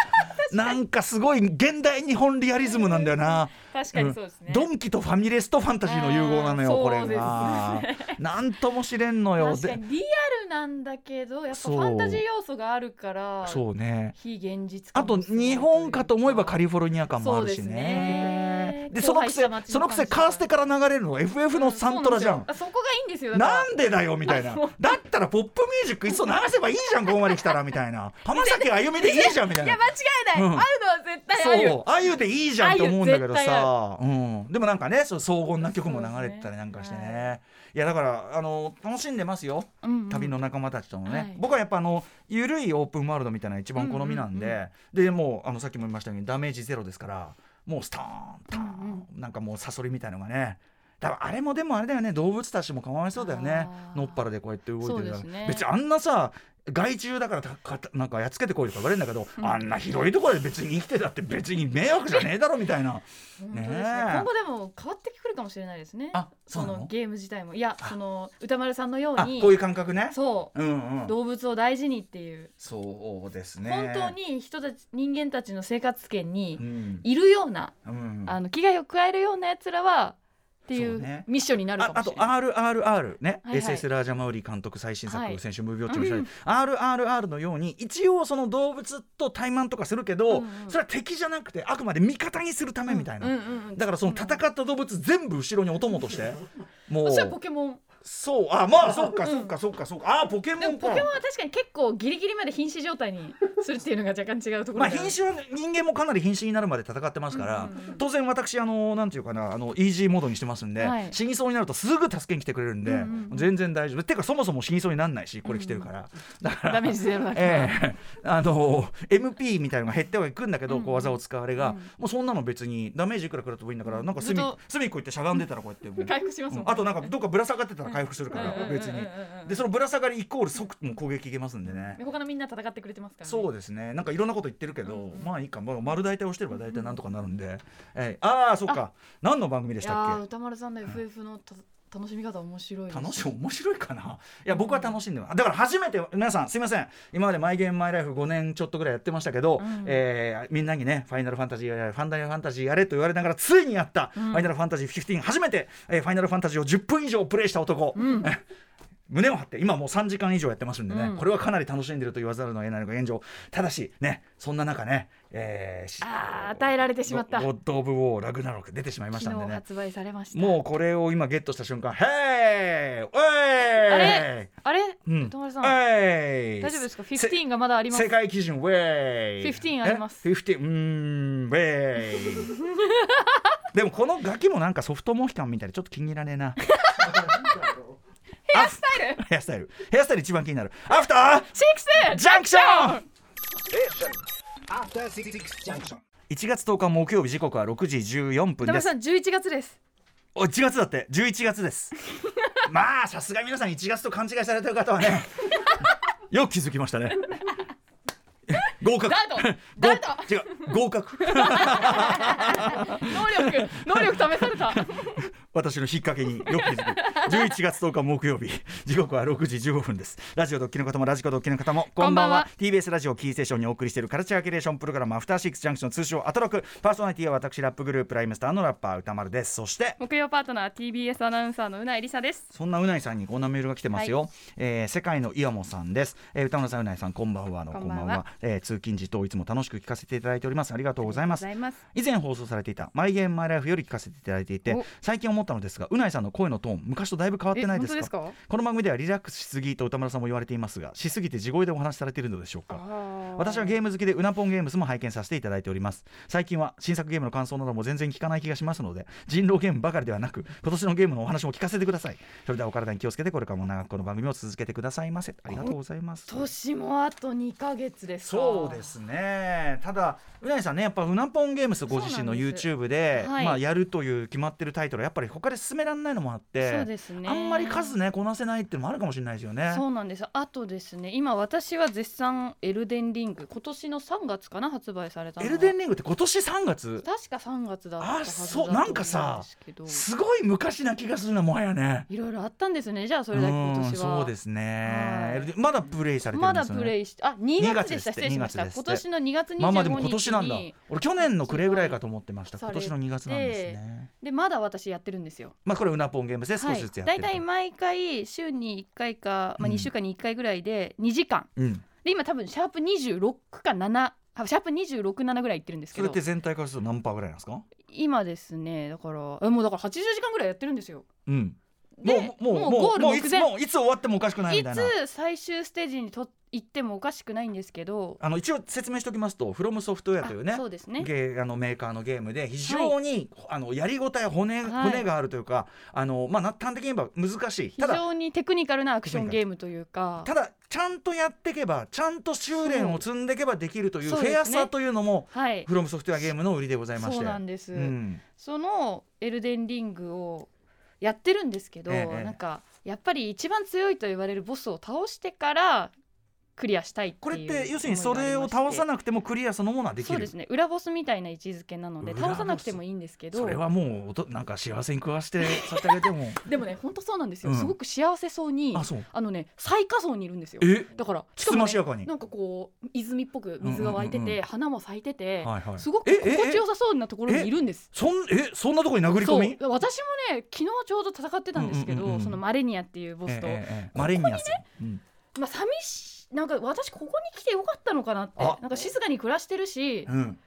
[SPEAKER 2] なんかすごい現代日本リアリズムなんだよな、
[SPEAKER 3] 確かにそうですね、
[SPEAKER 2] ドンキとファミレスとファンタジーの融合なの
[SPEAKER 3] あ
[SPEAKER 2] よ
[SPEAKER 3] ー
[SPEAKER 2] これ
[SPEAKER 3] そうです
[SPEAKER 2] が、なんとも知れんのよ
[SPEAKER 3] 確か
[SPEAKER 2] で
[SPEAKER 3] にリアルなんだけどやっぱ
[SPEAKER 2] そ
[SPEAKER 3] フ
[SPEAKER 2] う
[SPEAKER 3] ァンタジー要素があるから
[SPEAKER 2] そうね
[SPEAKER 3] 非現実
[SPEAKER 2] あ
[SPEAKER 3] 感
[SPEAKER 2] と
[SPEAKER 3] もすごいいう
[SPEAKER 2] 日本かと思えばカリフォルニア感もあるし
[SPEAKER 3] そうです
[SPEAKER 2] ね
[SPEAKER 3] ね
[SPEAKER 2] でそのくせ
[SPEAKER 3] 荒廃した街
[SPEAKER 2] そ
[SPEAKER 3] の感じ
[SPEAKER 2] のくせカーステから流れるのが FF のサントラじゃん、
[SPEAKER 3] うそうなんですよあそこがいいんですよだから
[SPEAKER 2] なんでだよみたいな
[SPEAKER 3] あそう
[SPEAKER 2] だったらポップミュージックいっそ流せばいいじゃんここまで来たらみたいな浜崎あゆみでいいじゃんみたい
[SPEAKER 3] い
[SPEAKER 2] な
[SPEAKER 3] や間違い
[SPEAKER 2] う
[SPEAKER 3] ない、
[SPEAKER 2] ん
[SPEAKER 3] あるのは絶対ある
[SPEAKER 2] そうあゆでいいじゃんと思うんだけどさ、うん、でもなんかねそう荘厳な曲も流れてたりなんかしてね、
[SPEAKER 3] そうですねはい
[SPEAKER 2] やだからあの楽しんでますよ
[SPEAKER 3] うんうん
[SPEAKER 2] 旅の仲間たちとのね、
[SPEAKER 3] はい
[SPEAKER 2] 僕はやっぱあのゆるいオープンワールドみたいなのが一番好みなんで、
[SPEAKER 3] うんうん
[SPEAKER 2] でもうあのさっきも言いましたようにダメージゼロですからもうスターンターン、なんかもうサソリみたいのがねだからあれもでもあれだよね動物たちもかわいそうだよね
[SPEAKER 3] あー
[SPEAKER 2] のっぱらでこうやって動いてるか
[SPEAKER 3] そう
[SPEAKER 2] ら、
[SPEAKER 3] ですね
[SPEAKER 2] 別にあんなさ害虫だからたかなんかやっつけてこいとか言われるんだけど、
[SPEAKER 3] うん
[SPEAKER 2] あんな広いところで別に生きてたって別に迷惑じゃねえだろみたいな
[SPEAKER 3] 本当で
[SPEAKER 2] ね
[SPEAKER 3] すね
[SPEAKER 2] え
[SPEAKER 3] 今後でも変わってくるかもしれないですね
[SPEAKER 2] あそうなの
[SPEAKER 3] のゲーム自体もいやその歌丸さんのよう
[SPEAKER 2] あ
[SPEAKER 3] に
[SPEAKER 2] こういう感覚ね、
[SPEAKER 3] そう
[SPEAKER 2] んうん、
[SPEAKER 3] う動物を大事にっていう、
[SPEAKER 2] そうですね
[SPEAKER 3] 本当、に人たち人間たちの生活圏
[SPEAKER 2] う
[SPEAKER 3] に
[SPEAKER 2] ん
[SPEAKER 3] いるような、
[SPEAKER 2] うん、
[SPEAKER 3] あの危害を加えるようなやつらはってい
[SPEAKER 2] そう
[SPEAKER 3] う
[SPEAKER 2] ね
[SPEAKER 3] ミッションになる
[SPEAKER 2] あ
[SPEAKER 3] かも
[SPEAKER 2] あ
[SPEAKER 3] し
[SPEAKER 2] と
[SPEAKER 3] れない。
[SPEAKER 2] RRR ね、
[SPEAKER 3] はいはい
[SPEAKER 2] SS ラージャマウリ監督最新作、
[SPEAKER 3] はい
[SPEAKER 2] 先週ムービーウォッチもしたり、RRR のように一応その動物と対マンとかするけど、
[SPEAKER 3] うんうん
[SPEAKER 2] それは敵じゃなくてあくまで味方にするためみたいな、
[SPEAKER 3] うんうんうん
[SPEAKER 2] だからその戦った動物全部後ろにお供としてもう
[SPEAKER 3] 私はポケモン
[SPEAKER 2] そうあまあそっかそっかそっかそっかあーポケ
[SPEAKER 3] で
[SPEAKER 2] モン
[SPEAKER 3] もポ
[SPEAKER 2] か
[SPEAKER 3] ケモンは確かに結構ギリギリまで瀕死状態にするっていうのが若干違うところ
[SPEAKER 2] まあ
[SPEAKER 3] が
[SPEAKER 2] 瀕死は人間もかなり瀕死になるまで戦ってますから、
[SPEAKER 3] うんうんうん
[SPEAKER 2] 当然私あのなんていうかなあのイージーモードにしてますんで、
[SPEAKER 3] はい
[SPEAKER 2] 死にそうになるとすぐ助けに来てくれるんで、
[SPEAKER 3] うんうんうん
[SPEAKER 2] 全然大丈夫てかそもそも死にそうにならないしこれ来てるから、だから
[SPEAKER 3] ダメージゼロだから、
[SPEAKER 2] ええあの MP みたいのが減ってはいくんだけど、
[SPEAKER 3] うん
[SPEAKER 2] こう技を使うあれが、
[SPEAKER 3] うん
[SPEAKER 2] もうそんなの別にダメージいくら食らってもいいんだからなんか隅っ
[SPEAKER 3] ずっと
[SPEAKER 2] 隅っこ行ってしゃがんでたらこうやってもう
[SPEAKER 3] 回復しますもん、
[SPEAKER 2] うんあとなんかどっかぶら下がってたら回復するか
[SPEAKER 3] うんうんうん
[SPEAKER 2] ら
[SPEAKER 3] うんうん
[SPEAKER 2] 別にでそのぶら下がりイコール即もう攻撃いけますんでね
[SPEAKER 3] で他のみんな戦ってくれてますから、ね、
[SPEAKER 2] そうですねなんかいろんなこと言ってるけど、
[SPEAKER 3] うんうん
[SPEAKER 2] まあいいか、まあ、丸大体押してれば大体なんとかなるんで、ええああそっか何の番組で
[SPEAKER 3] い
[SPEAKER 2] した
[SPEAKER 3] や
[SPEAKER 2] っ
[SPEAKER 3] ー
[SPEAKER 2] け
[SPEAKER 3] 歌丸さんの FF のた楽しみ方面白いです
[SPEAKER 2] 楽しい面白いかないや僕は楽しんでますだから初めて皆さんすいません今まで「マイ・ゲーム・マイ・ライフ」5年ちょっとぐらいやってましたけど、
[SPEAKER 3] うん
[SPEAKER 2] えーみんなにね「ファイナルファンタジーやれファンタジーファンタジーやれ」と言われながらついにやった「
[SPEAKER 3] うん
[SPEAKER 2] ファイナルファンタジー15」初めて、えーファイナルファンタジーを10分以上プレイした男、
[SPEAKER 3] うん
[SPEAKER 2] 胸を張って今もう3時間以上やってますんでね、
[SPEAKER 3] うん
[SPEAKER 2] これはかなり楽しんでると言わざるのを得ないのが現状ただしねそんな中ね、えーし
[SPEAKER 3] あー与えられてしまった
[SPEAKER 2] ゴゴッド・オブ・ウォーラグナロク出てしまいましたん
[SPEAKER 3] 昨
[SPEAKER 2] で
[SPEAKER 3] 日
[SPEAKER 2] ね
[SPEAKER 3] 発売されました
[SPEAKER 2] もうこれを今ゲットした瞬間「ヘイおい
[SPEAKER 3] あれあれ、
[SPEAKER 2] うん
[SPEAKER 3] 歌丸さん大
[SPEAKER 2] 大
[SPEAKER 3] 丈夫ですか15がまだあります
[SPEAKER 2] 世界基準ウェイ
[SPEAKER 3] 15あります
[SPEAKER 2] え15うーんウェ イでもこのガキもなんかソフトモヒカンみたいでちょっと気に入らねえ なヘアスタイルヘアスタイルヘアスタイル一番気になるアフター
[SPEAKER 3] 6!
[SPEAKER 2] ジャンクション
[SPEAKER 5] After Six Six Junction.
[SPEAKER 2] 1月10日木曜日時刻は6時14分
[SPEAKER 3] 歌
[SPEAKER 2] で
[SPEAKER 3] 丸
[SPEAKER 2] す
[SPEAKER 3] さん11月です
[SPEAKER 2] お1月だって11月です まあさすが皆さん1月と勘違いされてる方は ねよく気づきましたね合格
[SPEAKER 3] ダ ート
[SPEAKER 2] ご
[SPEAKER 3] ダート
[SPEAKER 2] 違う合格
[SPEAKER 3] 能力能力試された
[SPEAKER 2] 私の引っ掛けによく気づく11月10日木曜日時刻は6時15分ですラジオドッキリの方もラジコドッキリの方も
[SPEAKER 4] こんばんは
[SPEAKER 2] TBS ラジオキーステーションにお送りしているカルチャーキュレーションプログラムアフターシックスジャンクション通称アトロクパーソナリティは私ラップグループライムスターのラッパー歌丸ですそして
[SPEAKER 3] 木曜パートナー TBS アナウンサーのうなえりさです
[SPEAKER 2] そんなうないさんにこんなメールが来てますよ、えー世界のイヤモさんです、えー、歌村さんうないさんこんばんはの
[SPEAKER 3] こ
[SPEAKER 2] こ
[SPEAKER 3] ん
[SPEAKER 2] ん
[SPEAKER 3] ば
[SPEAKER 2] ば
[SPEAKER 3] んは
[SPEAKER 2] んはえー通勤時等いつも楽しく聞かせていただいておりますありがとうございます
[SPEAKER 3] ありがとうございます
[SPEAKER 2] 以前放送されていた「マイ・ゲーム・マイ・ライフ」より聞かせていただいていて
[SPEAKER 3] お
[SPEAKER 2] 最近思ったのですがうないさんの声のトーン昔とだいぶ変わってないですか
[SPEAKER 3] え本当です
[SPEAKER 2] この番組ではリラックスしすぎと歌村さんも言われていますがしすぎて地声でお話しされているのでしょうか私はゲーム好きでうなぽんゲームスも拝見させていただいております最近は新作ゲームの感想なども全然聞かない気がしますので人狼ゲームばかりではなく今年のゲームのお話も聞かせてくださいそれではお体に気をつけてこれからも長くこの番組を続けてくださいませありがとうございます
[SPEAKER 4] 年もあと2ヶ月ですか
[SPEAKER 2] そうですねただうなぎさんねやっぱうなぽんゲームスご自身の
[SPEAKER 3] そうなんです
[SPEAKER 2] YouTube で
[SPEAKER 3] はい
[SPEAKER 2] まあ、やるという決まってるタイトルはやっぱり他で進められないのもあって
[SPEAKER 3] そうですね
[SPEAKER 2] あんまり数ねこなせないっていうのもあるかもしれないですよね
[SPEAKER 3] そうなんですあとですね今私は絶賛エルデンリング今年の3月かな発売されたの
[SPEAKER 2] エ
[SPEAKER 3] は
[SPEAKER 2] ルデンリングって今年3月
[SPEAKER 3] 確か3月だったはずだ
[SPEAKER 2] あ
[SPEAKER 3] と
[SPEAKER 2] そう
[SPEAKER 3] 思ん
[SPEAKER 2] なんかさ
[SPEAKER 3] ですけど
[SPEAKER 2] すごい昔な気がするなもはやね
[SPEAKER 3] いろいろあったんですねじゃあそれだけ今
[SPEAKER 2] うん
[SPEAKER 3] 年は
[SPEAKER 2] そうですね
[SPEAKER 3] は、い
[SPEAKER 2] エルデンまだプレイされてる
[SPEAKER 3] ま
[SPEAKER 2] んで
[SPEAKER 3] だ
[SPEAKER 2] すよね
[SPEAKER 3] プレイしてあ2月でした
[SPEAKER 2] 2月ですって
[SPEAKER 3] 失礼しました
[SPEAKER 2] 2月ですって
[SPEAKER 3] 今年の2月25日に
[SPEAKER 2] まあまあでも今年なんだ俺去年の暮れぐらいかと思ってました
[SPEAKER 3] さ
[SPEAKER 2] 今
[SPEAKER 3] れて
[SPEAKER 2] 年の2月なんですね
[SPEAKER 3] でまだ私やってるんですよ
[SPEAKER 2] まあこれうなぽんゲームスで少しずつやって
[SPEAKER 3] はい、
[SPEAKER 2] ると、
[SPEAKER 3] 大体毎回週に1回か、ま
[SPEAKER 2] う
[SPEAKER 3] あ、
[SPEAKER 2] ん
[SPEAKER 3] 2週間に1回ぐらいで2時間、
[SPEAKER 2] うん、
[SPEAKER 3] で今多分シャープ26か7あシャープ267ぐらいいってるんです
[SPEAKER 2] そ
[SPEAKER 3] け
[SPEAKER 2] れっ
[SPEAKER 3] ど
[SPEAKER 2] て全体からすると何パーぐらいなんですか
[SPEAKER 3] 今ですねだからえもうだから80時間ぐらいやってるんですよ
[SPEAKER 2] うん
[SPEAKER 3] で
[SPEAKER 2] もうもう
[SPEAKER 3] ゴール
[SPEAKER 2] もうい
[SPEAKER 3] 目
[SPEAKER 2] つ
[SPEAKER 3] 前
[SPEAKER 2] もういつ終わってもおかしくないみ
[SPEAKER 3] い
[SPEAKER 2] たいな
[SPEAKER 3] つ最終ステージにと行ってもおかしくないんですけど
[SPEAKER 2] あの一応説明しておきますと「フロムソフトウェアというね
[SPEAKER 3] あそうですね
[SPEAKER 2] ゲーあのメーカーのゲームで非常に、あのやりごたえ骨,、
[SPEAKER 3] はい
[SPEAKER 2] 骨があるというかあの、まあ、な端的に言えば難しい
[SPEAKER 3] 非
[SPEAKER 2] ただ
[SPEAKER 3] 常にテクニカルなアクションゲームというか
[SPEAKER 2] ただちゃんとやっていけばちゃんと修練を積んでいけばできるという
[SPEAKER 3] そう
[SPEAKER 2] フ
[SPEAKER 3] ですね
[SPEAKER 2] ェアさというのも
[SPEAKER 3] はい
[SPEAKER 2] フロムソフトウェアゲームの売りでございまして
[SPEAKER 3] そうなんです、
[SPEAKER 2] うん
[SPEAKER 3] そのエルデンリングをやってるんですけど、
[SPEAKER 2] ええ
[SPEAKER 3] なんかやっぱり一番強いと言われるボスを倒してからクリアしたいっていう
[SPEAKER 2] これって要するにそれを倒さ
[SPEAKER 3] く
[SPEAKER 2] なくてもクリアそのものはでき
[SPEAKER 3] そう
[SPEAKER 2] る
[SPEAKER 3] ですね裏ボスみたいな位置づけなので
[SPEAKER 2] 裏ボス
[SPEAKER 3] 倒さなくてもいいんですけど
[SPEAKER 2] それはもうおとなんか幸せに食わ してさせてあげても
[SPEAKER 3] でもね本当そうなんですよ、
[SPEAKER 2] うん
[SPEAKER 3] すごく幸せそうに
[SPEAKER 2] あそう
[SPEAKER 3] あのね最下層にいるんですよ
[SPEAKER 2] え
[SPEAKER 3] だからし
[SPEAKER 2] つ
[SPEAKER 3] か
[SPEAKER 2] つ
[SPEAKER 3] も、
[SPEAKER 2] まし
[SPEAKER 3] ね、
[SPEAKER 2] やかに
[SPEAKER 3] なんかこう泉っぽく水が湧いてて、
[SPEAKER 2] うんうんうんうん
[SPEAKER 3] 花も咲いてて、
[SPEAKER 2] はいはい
[SPEAKER 3] すごく
[SPEAKER 2] ええ
[SPEAKER 3] 心地よさそうなところにいるんです
[SPEAKER 2] そんえそんなとこに殴り込
[SPEAKER 3] そう
[SPEAKER 2] み
[SPEAKER 3] 私もね昨日ちょうど戦ってたんですけど、
[SPEAKER 2] うんうんうんうん
[SPEAKER 3] そのマレニアっていうボスと、
[SPEAKER 2] ええええマレニアさん、うん
[SPEAKER 3] まあ寂しいなんか私ここに来てよかったのかなって
[SPEAKER 2] あ
[SPEAKER 3] なんか静かに暮らしてるし、
[SPEAKER 2] うん、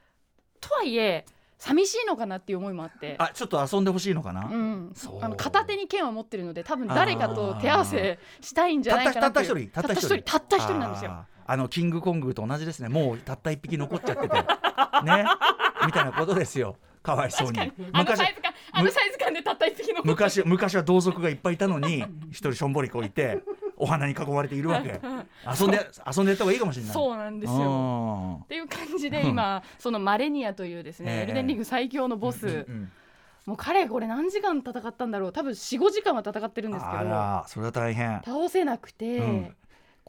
[SPEAKER 3] とはいえ寂しいのかなっていう思いもあって。
[SPEAKER 2] あちょっと遊んでほしいのかな、
[SPEAKER 3] うん
[SPEAKER 2] そう、
[SPEAKER 3] あの片手に剣を持ってるので多分誰かと手合わせしたいんじゃ
[SPEAKER 2] たっ
[SPEAKER 3] ない
[SPEAKER 2] た
[SPEAKER 3] かな
[SPEAKER 2] たっ
[SPEAKER 3] って
[SPEAKER 2] た一
[SPEAKER 3] いう
[SPEAKER 2] 人たった一人
[SPEAKER 3] たった一人たった一人なんですよ
[SPEAKER 2] あーあのキングコングと同じですねもうたった一匹残っちゃっ ててねみたいなことですよかわいそうに
[SPEAKER 3] あの
[SPEAKER 2] 昔
[SPEAKER 3] サイズ感あのサイズ感でたった一匹の
[SPEAKER 2] 昔昔は同族がいっぱいいたのに一人しょんぼりこういてお花に囲まれているわけ遊んで遊んでやった方がいいかもしれない
[SPEAKER 3] そうなんですよ
[SPEAKER 2] よ
[SPEAKER 3] っていう感じで今そのマレニアというですね、
[SPEAKER 2] ええ
[SPEAKER 3] エルデンリング最強のボス、もう彼これ何時間戦ったんだろう多分45時間は戦ってるんですけ
[SPEAKER 2] あ
[SPEAKER 3] ど
[SPEAKER 2] らそれは大変
[SPEAKER 3] 倒せなくて、
[SPEAKER 2] うん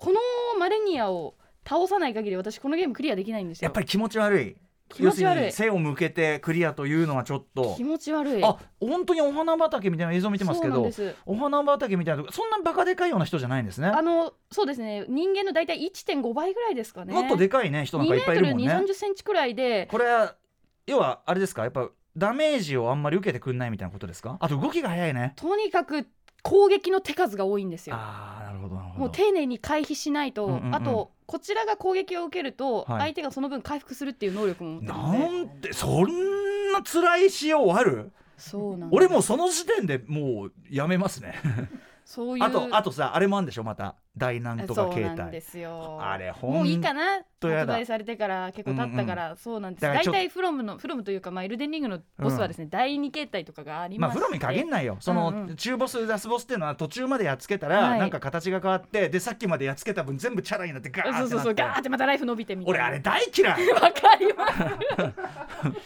[SPEAKER 3] このマレニアを倒さない限り私このゲームクリアできないんですよ
[SPEAKER 2] やっぱり気持ち悪い
[SPEAKER 3] 気持ち悪い
[SPEAKER 2] 要するに背を向けてクリアというのはちょっと
[SPEAKER 3] 気持ち悪い
[SPEAKER 2] あ本当にお花畑みたいな映像見てますけ
[SPEAKER 3] そうなん
[SPEAKER 2] ど
[SPEAKER 3] です
[SPEAKER 2] お花畑みたいなとこそんなバカでかいような人じゃないんですね
[SPEAKER 3] あのそうですね人間の大体1.5倍ぐらいですかね
[SPEAKER 2] もっとでかいね人なんかいっぱいいるもん
[SPEAKER 3] 2メート
[SPEAKER 2] ね
[SPEAKER 3] ル2 3 0ンチくらいで
[SPEAKER 2] これは要はあれですかやっぱダメージをあんまり受けてくんないみたいなことですかあと動きが早いね
[SPEAKER 3] とにかく攻撃の手数が多いんですよ
[SPEAKER 2] ああなるほどなるほど
[SPEAKER 3] もう丁寧に回避しないと、
[SPEAKER 2] うんうんうん
[SPEAKER 3] あとこちらが攻撃を受けると、
[SPEAKER 2] はい
[SPEAKER 3] 相手がその分回復するっていう能力も持ってる
[SPEAKER 2] な
[SPEAKER 3] ので
[SPEAKER 2] んてそんな辛い仕様ある
[SPEAKER 3] そうなんです
[SPEAKER 2] 俺もうその時点でもうやめますね
[SPEAKER 3] そういう
[SPEAKER 2] あとあとさあれもあるんでしょまた大難とか
[SPEAKER 3] そう
[SPEAKER 2] 携
[SPEAKER 3] なんで
[SPEAKER 2] 帯
[SPEAKER 3] すよ
[SPEAKER 2] あれほん
[SPEAKER 3] もういいかな
[SPEAKER 2] とや
[SPEAKER 3] 発
[SPEAKER 2] だ
[SPEAKER 3] 売されてから結構経ったから、そうなんです
[SPEAKER 2] だから
[SPEAKER 3] 大
[SPEAKER 2] ちょっと
[SPEAKER 3] 体フロムのフロムというか、まあ、エルデンリングのボスはですね、第二形態とかがあり
[SPEAKER 2] ま
[SPEAKER 3] ま
[SPEAKER 2] あ
[SPEAKER 3] す
[SPEAKER 2] フロムに限んないよその、
[SPEAKER 3] うんうん
[SPEAKER 2] 中ボスラスボスっていうのは途中までやっつけたら、
[SPEAKER 3] はい
[SPEAKER 2] なんか形が変わってでさっきまでやっつけた分全部チャラになってガーってなっ
[SPEAKER 3] そう
[SPEAKER 2] て
[SPEAKER 3] そうそうガーってまたライフ伸びてみたい
[SPEAKER 2] 俺
[SPEAKER 3] な
[SPEAKER 2] あれ大嫌い
[SPEAKER 3] わかります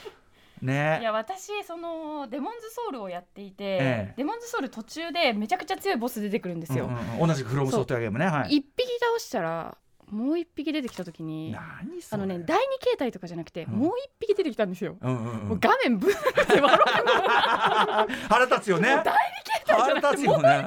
[SPEAKER 3] い
[SPEAKER 2] ね
[SPEAKER 3] や私そのデモンズソウルをやっていて、
[SPEAKER 2] ええ
[SPEAKER 3] デモンズソウル途中でめちゃくちゃ強いボス出てくるんですよ、
[SPEAKER 2] うんうんうん同じくフロムソフトウェアゲームねはい
[SPEAKER 3] 一匹倒したらもう一匹出てきた時に
[SPEAKER 2] 何そ
[SPEAKER 3] あ
[SPEAKER 2] れ
[SPEAKER 3] のね第二形態とかじゃなくて、
[SPEAKER 2] うん
[SPEAKER 3] もう一匹出てきたんですよ、
[SPEAKER 2] うんうんう
[SPEAKER 3] もうん画面ブーって笑う
[SPEAKER 2] 腹立つよね
[SPEAKER 3] もう第二形態
[SPEAKER 2] あれたちもね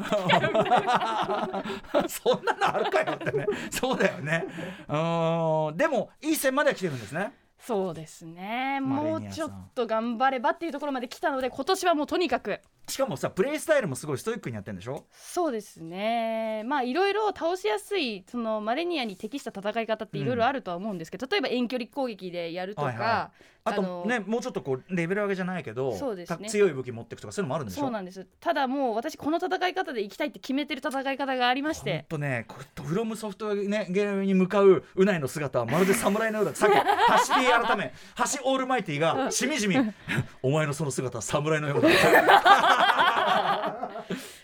[SPEAKER 2] そんなのあるかよってねそうだよねうーんでもいい線までは来てるんですね
[SPEAKER 3] そうですね
[SPEAKER 2] まあ
[SPEAKER 3] もう
[SPEAKER 2] レニア
[SPEAKER 3] ち
[SPEAKER 2] さ
[SPEAKER 3] ょ
[SPEAKER 2] ん
[SPEAKER 3] っと頑張ればっていうところまで来たので今年はもうとにかく
[SPEAKER 2] しかもさプレイスタイルもすごいストイックにやってるんでしょ
[SPEAKER 3] そうですねまあいろいろ倒しやすいそのマレニアに適した戦い方っていろいろあるとは思うんですけど、例えば遠距離攻撃でやるとか、
[SPEAKER 2] はいはあ
[SPEAKER 3] あ
[SPEAKER 2] と
[SPEAKER 3] の
[SPEAKER 2] ねもうちょっとこうレベル上げじゃないけど、
[SPEAKER 3] そうですね
[SPEAKER 2] た強い武器持っていくとかそういうのもあるんでしょ
[SPEAKER 3] そうなんですただもう私この戦い方で行きたいって決めてる戦い方がありまし
[SPEAKER 2] 本
[SPEAKER 3] て
[SPEAKER 2] 当ね、こうフロムソフトウェアねゲームに向かううないの姿はまるで侍のようだってさっき橋 P 改 め橋オールマイティがしみじみ「お前のその姿は侍のよう だ」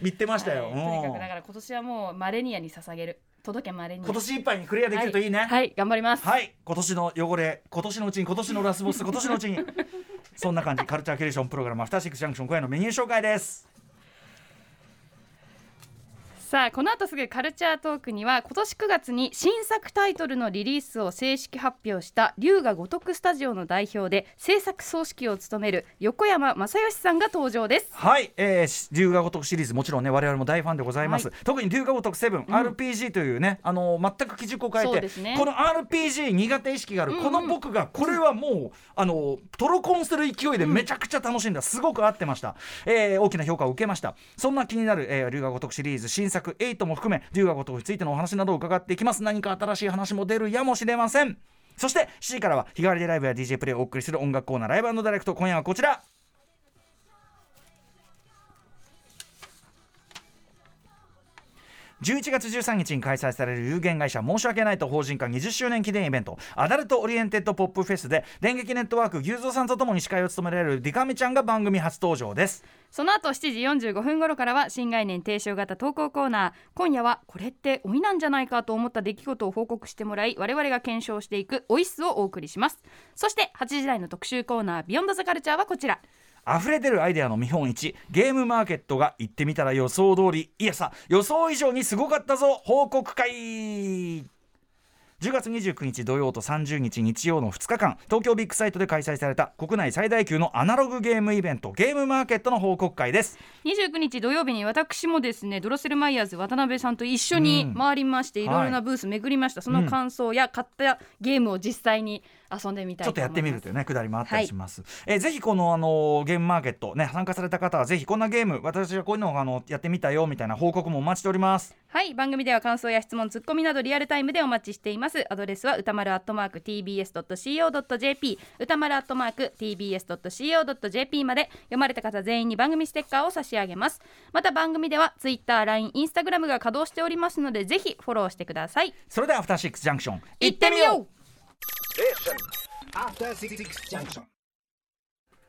[SPEAKER 2] 言ってましたよ、
[SPEAKER 3] はいとにか
[SPEAKER 2] う
[SPEAKER 3] く
[SPEAKER 2] ん
[SPEAKER 3] だから今年はもうマレニアに捧げる届けマレニア
[SPEAKER 2] 今年いっぱいにクリアできるといいね
[SPEAKER 3] はい、はい頑張ります、
[SPEAKER 2] はい、今年の汚れ、今年のうちに、今年のラスボス、今年のうちに。そんな感じ、カルチャーキュレーションプログラム、アフターシックスジャンクション、今夜のメニュー紹介です。
[SPEAKER 3] さあこの後すぐカルチャートークには今年9月に新作タイトルのリリースを正式発表した龍が如くスタジオの代表で制作総指揮を務める横山正義さんが登場です
[SPEAKER 2] はい、えーし龍が如くシリーズ、もちろんね、我々も大ファンでございます。
[SPEAKER 3] は
[SPEAKER 2] 特に龍が如くセブン、RPG というね、あのー全く基軸を変
[SPEAKER 3] そう
[SPEAKER 2] え
[SPEAKER 3] で
[SPEAKER 2] て、
[SPEAKER 3] すね
[SPEAKER 2] この RPG 苦手意識がある、この僕が、これはもう、 あのートロコンする勢いでめちゃくちゃ楽しんだ、すごく合ってました、えー大きな評価を受けました。そんな気になる、えー、龍が如くシリーズ、新作8も含め、龍が如くについてのお話などを伺っていきます。何か新しい話も出るやもしれません。そして7時からは日替わりでライブや DJ プレイをお送りする音楽コーナーライブダイレクト今夜はこちら11月13日に開催される有限会社申し訳ないと法人化20周年記念イベントアダルトオリエンテッドポップフェスで電撃ネットワーク牛蔵さんとともに司会を務められるディカミちゃんが番組初登場です
[SPEAKER 3] その後7時45分頃からは新概念提唱型投稿コーナー今夜はこれって老いなんじゃないかと思った出来事を報告してもらい我々が検証していくオイスをお送りしますそして8時台の特集コーナービヨンドザカルチャーはこちら
[SPEAKER 2] 溢れ出るアイデアの見本市ゲームマーケットが行ってみたら予想通りいやさ予想以上にすごかったぞ報告会10月29日土曜と30日日曜の2日間東京ビッグサイトで開催された国内最大級のアナログゲームイベントゲームマーケットの報告会です
[SPEAKER 3] 29日土曜日に私もですねドロッセルマイヤーズ渡辺さんと一緒に回りまして、
[SPEAKER 2] ん
[SPEAKER 3] いろいろなブース巡りました、その感想や買ったゲームを実際に遊んでみたい
[SPEAKER 2] ちょ
[SPEAKER 3] と
[SPEAKER 2] っ
[SPEAKER 3] 思
[SPEAKER 2] と
[SPEAKER 3] い
[SPEAKER 2] や
[SPEAKER 3] ま
[SPEAKER 2] ってみる
[SPEAKER 3] す
[SPEAKER 2] というねくだりもあったりします、えーぜひこの、あのーゲームマーケットね参加された方はぜひこんなゲーム私はこういうのを、あのやってみたよみたいな報告もお待ちしております
[SPEAKER 3] はい番組では感想や質問ツッコミなどリアルタイムでお待ちしていますアドレスは歌丸アットマーク tbs.co.jp 歌丸アットマーク tbs.co.jp まで読まれた方全員に番組ステッカーを差し上げますまた番組では TwitterLINE、Instagram が稼働しておりますのでぜひフォローしてください
[SPEAKER 2] それではアフターシックスジャンクション
[SPEAKER 3] 行ってみよう
[SPEAKER 6] After Six Junction.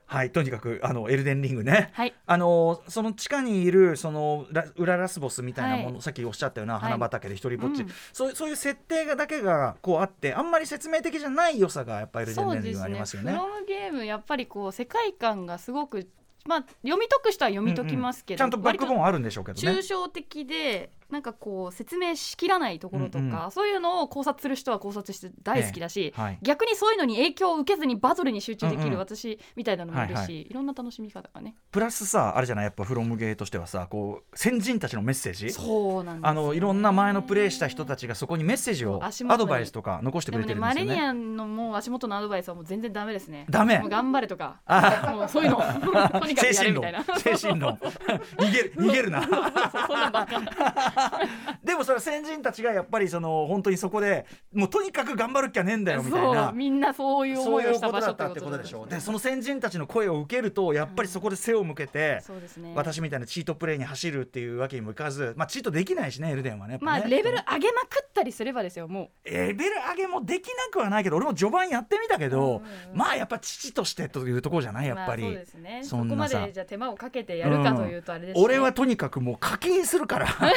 [SPEAKER 2] はいとにかくあのエルデンリングね、
[SPEAKER 3] はい
[SPEAKER 2] あのーその地下にいるそのラ裏ラスボスみたいなもの、
[SPEAKER 3] は
[SPEAKER 2] さっきおっしゃったような
[SPEAKER 3] はい
[SPEAKER 2] 花畑で一人ぼっち、
[SPEAKER 3] うん
[SPEAKER 2] そうそういう設定がだけがこうあってあんまり説明的じゃない良さがやっぱエルデン
[SPEAKER 4] そう
[SPEAKER 2] リン
[SPEAKER 4] で
[SPEAKER 2] グに
[SPEAKER 4] す
[SPEAKER 2] はあり
[SPEAKER 4] ね
[SPEAKER 2] ますよ
[SPEAKER 4] フ
[SPEAKER 2] ね。
[SPEAKER 4] ロムゲームやっぱりこう世界観がすごくまあ読み解く人は読み解きますけど、
[SPEAKER 2] うんうんちゃんとバックボーンはあるんでしょうけどね
[SPEAKER 3] 抽。象的でなんかこう説明しきらないところとか、
[SPEAKER 2] うん
[SPEAKER 3] そういうのを考察する人は考察して大好きだし、
[SPEAKER 2] ええはい
[SPEAKER 3] 逆にそういうのに影響を受けずにバトルに集中で
[SPEAKER 2] う
[SPEAKER 3] き
[SPEAKER 2] んう
[SPEAKER 3] る
[SPEAKER 2] ん
[SPEAKER 3] 私みたいなのもいるし、
[SPEAKER 2] はい
[SPEAKER 3] い
[SPEAKER 2] は
[SPEAKER 3] ろんな楽しみ方がね
[SPEAKER 2] プラスさあれじゃないやっぱフロムゲーとしてはさこう先人たちのメッセージ
[SPEAKER 3] そうなんです
[SPEAKER 2] あのいろんな前のプレイした人たちがそこにメッセージを
[SPEAKER 3] 足元に
[SPEAKER 2] アドバイスとか残して
[SPEAKER 3] で
[SPEAKER 2] くれ
[SPEAKER 3] も
[SPEAKER 2] て
[SPEAKER 3] ね
[SPEAKER 2] るんで
[SPEAKER 3] マ
[SPEAKER 2] すよ
[SPEAKER 3] レニ
[SPEAKER 2] ね。
[SPEAKER 3] アのもう足元のアドバイスはもう全然ダメですね
[SPEAKER 2] ダメ
[SPEAKER 3] もう頑張れとか
[SPEAKER 2] あ
[SPEAKER 3] もうそういうの とにかく
[SPEAKER 2] 精
[SPEAKER 3] や
[SPEAKER 2] 神
[SPEAKER 3] れみ
[SPEAKER 2] 論
[SPEAKER 3] たいな
[SPEAKER 2] 精神論逃げる逃げるな
[SPEAKER 3] そんなバカ
[SPEAKER 2] でもそれは先人たちがやっぱりその本当にそこでもうとにかく頑張るっきゃねえんだよみたい
[SPEAKER 3] そう
[SPEAKER 2] な
[SPEAKER 3] みんなそういう
[SPEAKER 2] そ
[SPEAKER 3] 思
[SPEAKER 2] う
[SPEAKER 3] い
[SPEAKER 2] いう
[SPEAKER 3] を
[SPEAKER 2] こ
[SPEAKER 3] した
[SPEAKER 2] と
[SPEAKER 3] 場
[SPEAKER 2] だ
[SPEAKER 3] 所
[SPEAKER 2] ったってことでしょう
[SPEAKER 3] って
[SPEAKER 2] で
[SPEAKER 3] こ
[SPEAKER 2] その先人たちの声を受けるとやっぱりそこで背を向けて、
[SPEAKER 3] とですねそうですね
[SPEAKER 2] 私みたいなチートプレイに走るっていうわけにもいかず、まあ、チートできないしねエルデンはねやっぱ
[SPEAKER 3] まあ
[SPEAKER 2] ね
[SPEAKER 3] レベル上げまくったりすればですよもう
[SPEAKER 2] レベル上げもできなくはないけど俺も序盤やってみたけど、まあやっぱ父としてというところじゃないやっぱり、
[SPEAKER 3] まあ、そうですねそ
[SPEAKER 2] そんな
[SPEAKER 3] こま
[SPEAKER 2] さ
[SPEAKER 3] でじゃあ手間をかけてやるかというとあれですね、
[SPEAKER 2] 俺はとにかくもう課金する から
[SPEAKER 3] 確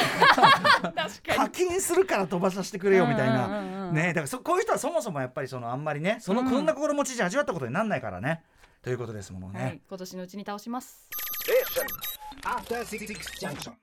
[SPEAKER 3] か
[SPEAKER 2] 課
[SPEAKER 3] に
[SPEAKER 2] 金するから飛ばさせてくれよみたいな、
[SPEAKER 3] うんうんうんうん
[SPEAKER 2] ねだからそこういう人はそもそもやっぱりそのあんまりねその、こんな心持ちじゃ味わったことになんないからねということですものね。
[SPEAKER 3] はい今年のうちに倒します
[SPEAKER 6] After Six Junction.